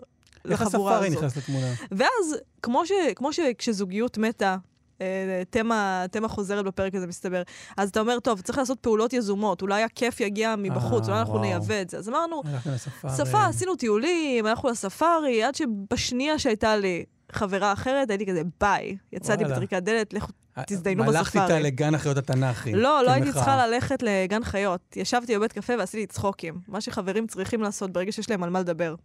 איך
לחבורה הזאת.
הספארי נכנס לתמונה?
ואז, כמו, ש, כמו שכשזוגיות מתה, אה, תמה, תמה חוזרת בפרק הזה, מסתבר. אז אתה אומר, טוב, צריך לעשות פעולות יזומות, אולי הכיף יגיע מבחוץ,
אה,
אולי אנחנו
וואו. אה,
נייבא את זה. אז אמרנו,
הלכנו לספארי.
שפה, עשינו טיולים, הלכנו לספארי, עד שבשנייה שהייתה לי חברה אחרת, הייתי כזה, ביי. יצאתי
וואלה.
בטריקת דלת, לכו תזדיינו
הלכת איתה
בספארי.
לגן כן, החיות התנ"כי.
לא, לא הייתי
כמחאה.
צריכה ללכת לגן חיות. ישבתי בבית קפה ועשיתי צחוקים. מה שחברים צריכים לעשות ברגע שיש להם על מה לדבר.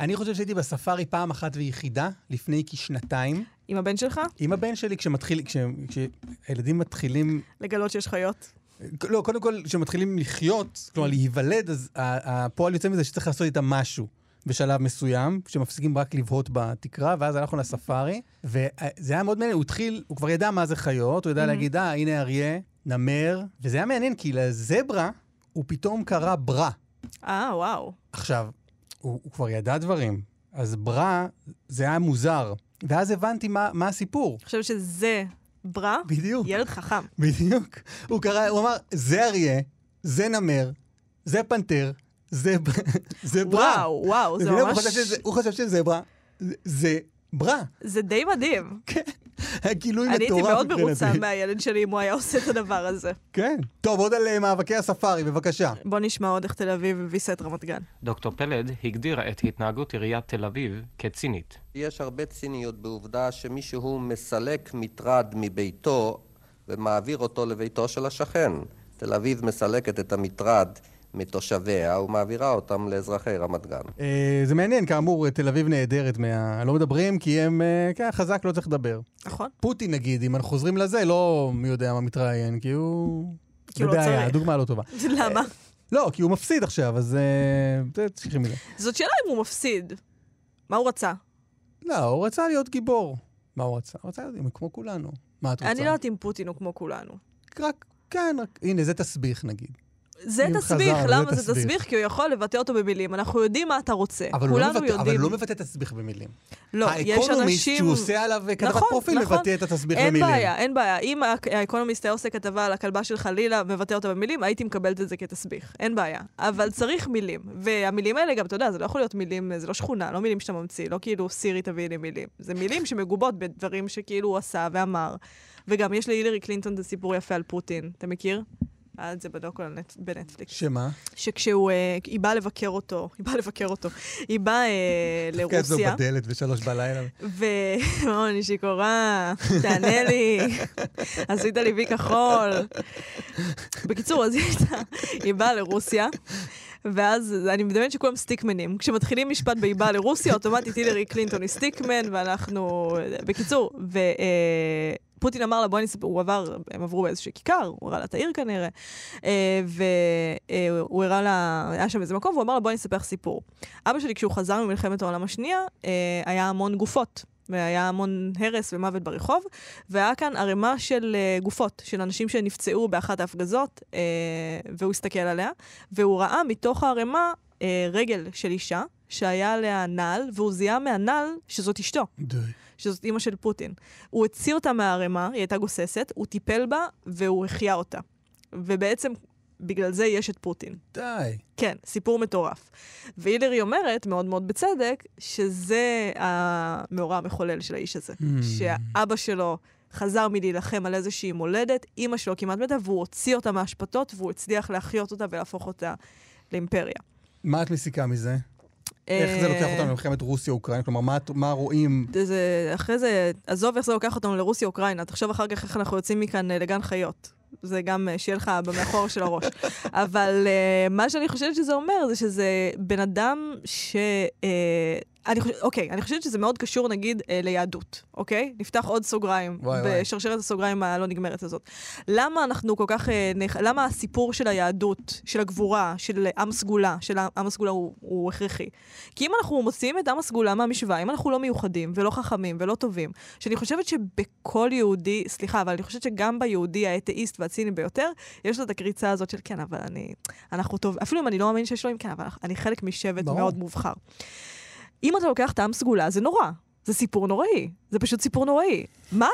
אני חושב שהייתי בספארי פעם אחת ויחידה, לפני כשנתיים.
עם הבן שלך?
עם הבן שלי, כשמתחיל, כש, כשהילדים מתחילים...
לגלות שיש חיות?
לא, קודם כל, כשמתחילים לחיות, כלומר להיוולד, אז ה- הפועל יוצא מזה שצריך לעשות איתם משהו בשלב מסוים, שמפסיקים רק לבהות בתקרה, ואז הלכנו לספארי, וזה היה מאוד מעניין, הוא התחיל, הוא כבר ידע מה זה חיות, הוא ידע
מהמם.
להגיד, אה, הנה אריה, נמר, וזה היה מעניין, כי לזברה הוא פתאום קרא ברא.
אה, וואו.
עכשיו, הוא, הוא כבר ידע דברים, אז ברא זה היה מוזר. ואז הבנתי מה, מה הסיפור.
אני חושבת שזה ברא,
בדיוק.
ילד חכם.
בדיוק. הוא קרא, הוא אמר, זה אריה, זה נמר, זה פנתר, זה, ב- זה ברא.
וואו, וואו, זה
אתה מבין? הוא
ממש-
חשב שזה- הוא חשב שזה ברא, זה- זה ברא.
זה די מדהים.
הגילוי
אני
מטורף.
הייתי מאוד
מבחינתי.
מרוצה מהילד שלי אם הוא היה עושה את הדבר הזה.
כן. טוב, עוד על אה, מאבקי הספארי, בבקשה.
בוא נשמע עוד איך תל אביב הביסה את רמת גן.
דוקטור פלד הגדירה את התנהגות עיריית תל אביב כצינית.
יש הרבה ציניות בעובדה שמישהו מסלק מטרד מביתו ומעביר אותו לביתו של השכן. תל אביב מסלקת את המטרד מתושביה ומעבירה אותם לאזרחי רמת גן.
אה, זה מעניין, כאמור, תל אביב נהדרת מה... לא מדברים כי הם, אה, כן, חזק לא צריך לדבר.
נכון.
פוטין נגיד, אם אנחנו חוזרים לזה, לא מי יודע מה מתראיין, כי הוא...
כי הוא לא
בבעיה,
צריך.
דוגמה לא טובה.
למה?
לא, כי הוא מפסיד עכשיו, אז אה, זה- תשכחי מזה.
זאת שאלה אם הוא מפסיד. מה הוא רצה?
לא, הוא רצה להיות גיבור. מה הוא רצה? הוא רצה להיות גיבור, כמו כולנו. מה את רוצה?
אני לא יודעת אם פוטין הוא כמו כולנו.
רק, כן, רק... הנה, זה תסביך נגיד.
זה
אם
תסביך,
חזר, זה
למה זה
תסביך?
תסביך? כי הוא יכול לבטא אותו במילים. אנחנו יודעים מה אתה רוצה.
אבל הוא, לא
כולנו
מבטא, אבל
יודעים.
הוא לא מבטא תסביך במילים.
לא, יש אנשים...
האקונומיסט שהוא עושה עליו כתבת
נכון,
פרופיל
נכון.
מבטא את התסביך
אין
במילים.
אין בעיה, אין בעיה. אם האק- האקונומיסט היה עושה כתבה על הכלבה של חלילה, מבטא אותה במילים, הייתי מקבלת את זה כתסביך. אין בעיה. אבל צריך מילים. והמילים האלה גם, אתה יודע, זה לא יכול להיות מילים, זה לא שכונה, לא מילים שאתה ממציא, לא כאילו סירי תביאי לי מילים. זה מילים שמגובות בדברים שכאילו הוא עשה ואמר. וגם יש להילרי קלינטון את הסיפור יפה על פוטין, אתה מכיר? היה את זה בדוקו על נט- בנטפליקס.
שמה?
שכשהוא, אה, היא באה לבקר אותו, היא באה לבקר אותו, היא באה אה,
דווקא את זו
לרוסיה.
כן, בדלת בשלוש בלילה.
ומוני שיכורה, תענה לי, עשית לי וי כחול. בקיצור, אז היא הייתה, היא באה לרוסיה, ואז אני מדמיינת שכולם סטיקמנים. כשמתחילים משפט באיבה לרוסיה, אוטומטית הילרי קלינטון היא סטיקמן, ואנחנו... בקיצור, ו... אה, פוטין אמר לה, בואי נספר, הוא עבר, הם עברו באיזושהי כיכר, הוא הראה לה את העיר כנראה, אה, והוא הראה לה, היה שם איזה מקום, והוא אמר לה, בואי נספר לך סיפור. אבא שלי, כשהוא חזר ממלחמת העולם השנייה, אה, היה המון גופות. והיה המון הרס ומוות ברחוב, והיה כאן ערימה של אה, גופות, של אנשים שנפצעו באחת ההפגזות, אה, והוא הסתכל עליה, והוא ראה מתוך הערימה אה, רגל של אישה, שהיה עליה נעל, והוא זיהה מהנעל שזאת אשתו.
די.
שזאת אימא של פוטין. הוא הציא אותה מהערימה, היא הייתה גוססת, הוא טיפל בה והוא החיה אותה. ובעצם בגלל זה יש את פוטין.
די.
כן, סיפור מטורף. והילרי אומרת, מאוד מאוד בצדק, שזה המאורע המחולל של האיש הזה.
Hmm.
שאבא שלו חזר מלהילחם על איזושהי מולדת, אימא שלו כמעט מתה, והוא הוציא אותה מהשפתות, והוא הצליח להחיות אותה ולהפוך אותה לאימפריה.
מה את מסיקה מזה? איך זה לוקח
אה,
אותנו למלחמת רוסיה-אוקראינה? כלומר, מה את- מה רואים?
זה, אחרי זה, עזוב איך זה לוקח אותנו לרוסיה-אוקראינה, תחשוב אחר כך איך אנחנו יוצאים מכאן אה, לגן חיות. זה גם אה, שיהיה לך במאחור של הראש. אבל אה, מה שאני חושבת שזה אומר, זה שזה בן אדם ש... אה, אני חושבת, אוקיי, אני חושבת שזה מאוד קשור נגיד אה, ליהדות, אוקיי? נפתח עוד סוגריים,
וואי, וואי.
בשרשרת הסוגריים הלא נגמרת הזאת. למה אנחנו כל כך... אה, נח... למה הסיפור של היהדות, של הגבורה, של עם סגולה, של עם הסגולה הוא, הוא הכרחי? כי אם אנחנו מוציאים את עם הסגולה מהמשוואה, אם אנחנו לא מיוחדים ולא חכמים ולא טובים, שאני חושבת שבכל יהודי, סליחה, אבל אני חושבת שגם ביהודי האתאיסט והציני ביותר, יש לו את הקריצה הזאת של כן, אבל אני... אנחנו טוב, אפילו אם אני לא מאמין שיש אלוהים, כן, אבל אני חלק משבט
ברור.
מאוד מובחר. אם אתה לוקח טעם סגולה, זה נורא. זה סיפור נוראי. זה פשוט סיפור נוראי. מה?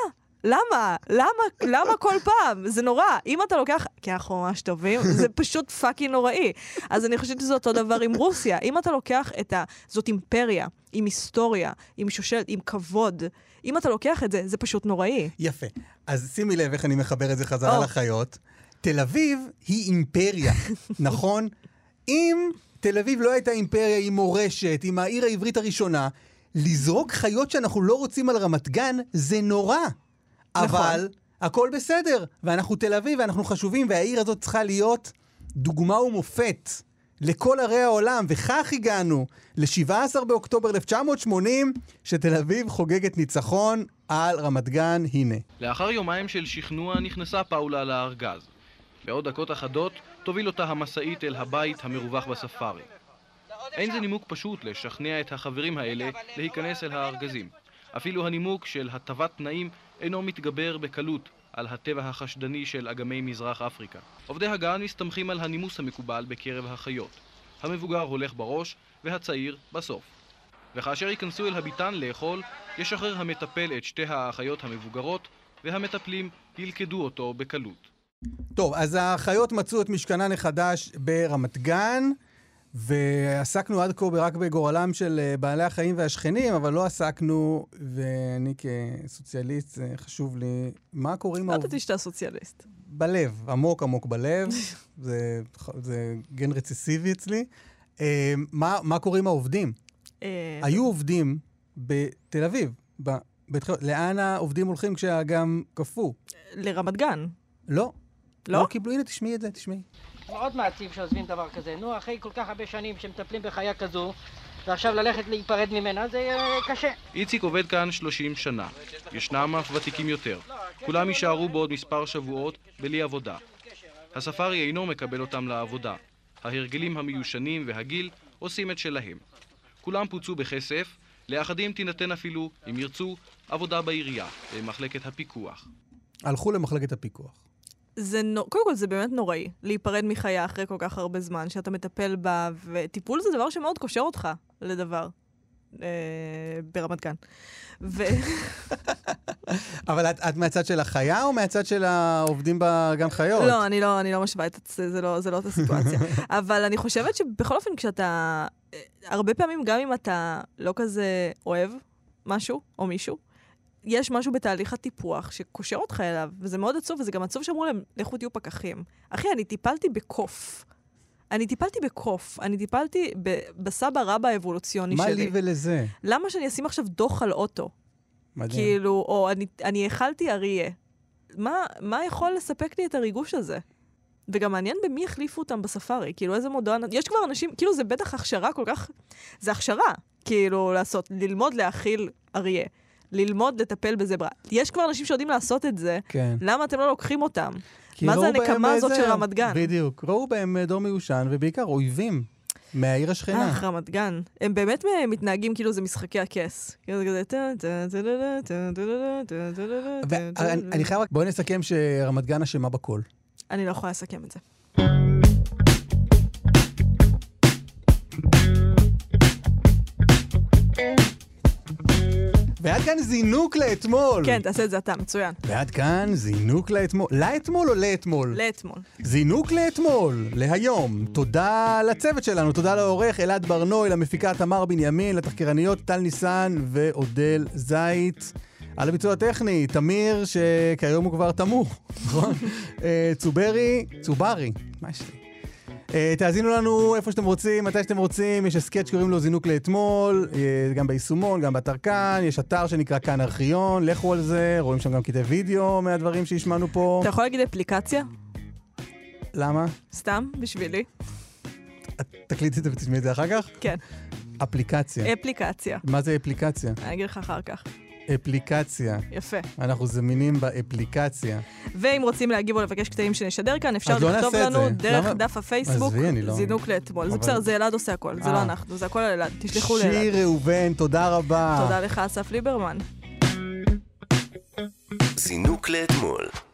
למה? למה? למה כל פעם? זה נורא. אם אתה לוקח... כי אנחנו ממש טובים, זה פשוט פאקינג נוראי. אז אני חושבת שזה אותו דבר עם רוסיה. אם אתה לוקח את ה... זאת אימפריה, עם היסטוריה, עם שושלת, עם כבוד. אם אתה לוקח את זה, זה פשוט נוראי.
יפה. אז שימי לב איך אני מחבר את זה חזרה
או.
לחיות. תל אביב היא אימפריה, נכון? אם תל אביב לא הייתה אימפריה עם מורשת, עם העיר העברית הראשונה, לזרוק חיות שאנחנו לא רוצים על רמת גן זה נורא. אבל הכל בסדר, ואנחנו תל אביב, ואנחנו חשובים, והעיר הזאת צריכה להיות דוגמה ומופת לכל ערי העולם, וכך הגענו ל-17 באוקטובר 1980, שתל אביב חוגגת ניצחון על רמת גן, הנה.
לאחר יומיים של שכנוע נכנסה פאולה לארגז. בעוד דקות אחדות תוביל אותה המשאית אל הבית המרווח בספארי. אין זה נימוק פשוט לשכנע את החברים האלה להיכנס אל הארגזים. אפילו הנימוק של הטבת תנאים אינו מתגבר בקלות על הטבע החשדני של אגמי מזרח אפריקה. עובדי הגן מסתמכים על הנימוס המקובל בקרב החיות. המבוגר הולך בראש והצעיר בסוף. וכאשר ייכנסו אל הביתן לאכול, ישחרר המטפל את שתי האחיות המבוגרות, והמטפלים ילכדו אותו בקלות.
טוב, אז החיות מצאו את משכנן החדש ברמת גן, ועסקנו עד כה רק בגורלם של אה, בעלי החיים והשכנים, אבל לא עסקנו, ואני כסוציאליסט, אה, חשוב לי, מה קורה עם
לא
העובד-
ידעתי שאתה סוציאליסט.
בלב, עמוק עמוק בלב, זה, זה גן רצסיבי אצלי. אה, מה, מה קורה עם העובדים?
אה,
היו עובדים בתל אביב, בבית חיות, לאן העובדים הולכים כשהאגם קפוא?
לרמת גן.
לא.
לא?
לא קיבלו, הנה, תשמעי את זה, תשמעי.
מאוד מעציב שעוזבים דבר כזה. נו, אחרי כל כך הרבה שנים שמטפלים בחיה כזו, ועכשיו ללכת להיפרד ממנה זה אה, קשה.
איציק עובד כאן 30 שנה. ישנם אף ותיקים יותר. כולם יישארו בעוד מספר שבועות בלי עבודה. הספארי אינו מקבל אותם לעבודה. ההרגלים המיושנים והגיל עושים את שלהם. כולם פוצו בכסף, לאחדים תינתן אפילו, אם ירצו, עבודה בעירייה, במחלקת הפיקוח.
הלכו למחלקת הפיקוח.
זה נו... קודם כל, זה באמת נוראי, להיפרד מחיה אחרי כל כך הרבה זמן, שאתה מטפל בה, וטיפול זה דבר שמאוד קושר אותך לדבר. אה, ברמת גן. ו...
אבל את, את מהצד של החיה או מהצד של העובדים בגן חיות?
לא, אני לא, אני לא משווה את זה, זה לא, זה לא אותה סיטואציה. אבל אני חושבת שבכל אופן, כשאתה... אה, הרבה פעמים, גם אם אתה לא כזה אוהב משהו או מישהו, יש משהו בתהליך הטיפוח שקושר אותך אליו, וזה מאוד עצוב, וזה גם עצוב שאמרו להם, לכו תהיו פקחים. אחי, אני טיפלתי בקוף. אני טיפלתי בקוף, אני טיפלתי ב- בסבא רבא האבולוציוני
מה
שלי.
לי ולזה?
למה שאני אשים עכשיו דוח על אוטו?
מדהים.
כאילו, או אני, אני אכלתי אריה. מה, מה יכול לספק לי את הריגוש הזה? וגם מעניין במי החליפו אותם בספארי, כאילו איזה מודעה... יש כבר אנשים, כאילו זה בטח הכשרה כל כך... זה הכשרה, כאילו, לעשות, ללמוד להאכיל אריה. ללמוד לטפל בזברה. יש כבר אנשים שיודעים לעשות את זה,
כן.
למה אתם לא לוקחים אותם?
כי
מה זה
ראו בהם
הנקמה הזאת
איזה-
של רמת גן?
בדיוק. ראו בהם אה, דור מיושן, ובעיקר אויבים מהעיר השכנה.
אך, אה, רמת גן. הם באמת מ- מתנהגים כאילו זה משחקי הכס. כאילו זה כזה... טה, טה, טה, טה, טה, טה, טה, טה, טה, טה, טה,
ואני אה, אני חייב רק... בואי נסכם שרמת גן אשמה בכל.
אני לא יכולה לסכם את זה.
ועד כאן זינוק לאתמול.
כן, תעשה את זה אתה, מצוין.
ועד כאן זינוק לאתמול. לאתמול או לאתמול?
לאתמול.
זינוק לאתמול, להיום. תודה לצוות שלנו, תודה לעורך אלעד ברנוי, למפיקה תמר בנימין, לתחקרניות טל ניסן ואודל זית. על הביצוע הטכני, תמיר, שכיום הוא כבר תמוך, נכון? אה, צוברי, צוברי, מה יש לי? אה, תאזינו לנו איפה שאתם רוצים, מתי שאתם רוצים, יש הסכת שקוראים לו זינוק לאתמול, אה, גם ביישומון, גם באתר כאן, יש אתר שנקרא כאן ארכיון, לכו על זה, רואים שם גם קטעי וידאו מהדברים שהשמענו פה.
אתה יכול להגיד אפליקציה?
למה?
סתם, בשבילי.
תקליטי את זה ותשמעי את זה אחר כך?
כן.
אפליקציה.
אפליקציה.
מה זה אפליקציה?
אני אגיד לך אחר כך.
אפליקציה.
יפה.
אנחנו זמינים באפליקציה.
ואם רוצים להגיב או לבקש קטעים שנשדר כאן, אפשר
אז לא
לכתוב
נעשה את
לנו
זה.
דרך
למה?
דף הפייסבוק,
עזבי, אני לא-
זינוק לאתמול. זה
אבל-
בסדר, זה אלעד עושה הכל, זה לא
אה.
אנחנו, זה הכל על אלעד. תשלחו
שיר
לאלעד.
ראובן, תודה רבה.
תודה לך, אסף ליברמן.
זינוק לאתמול,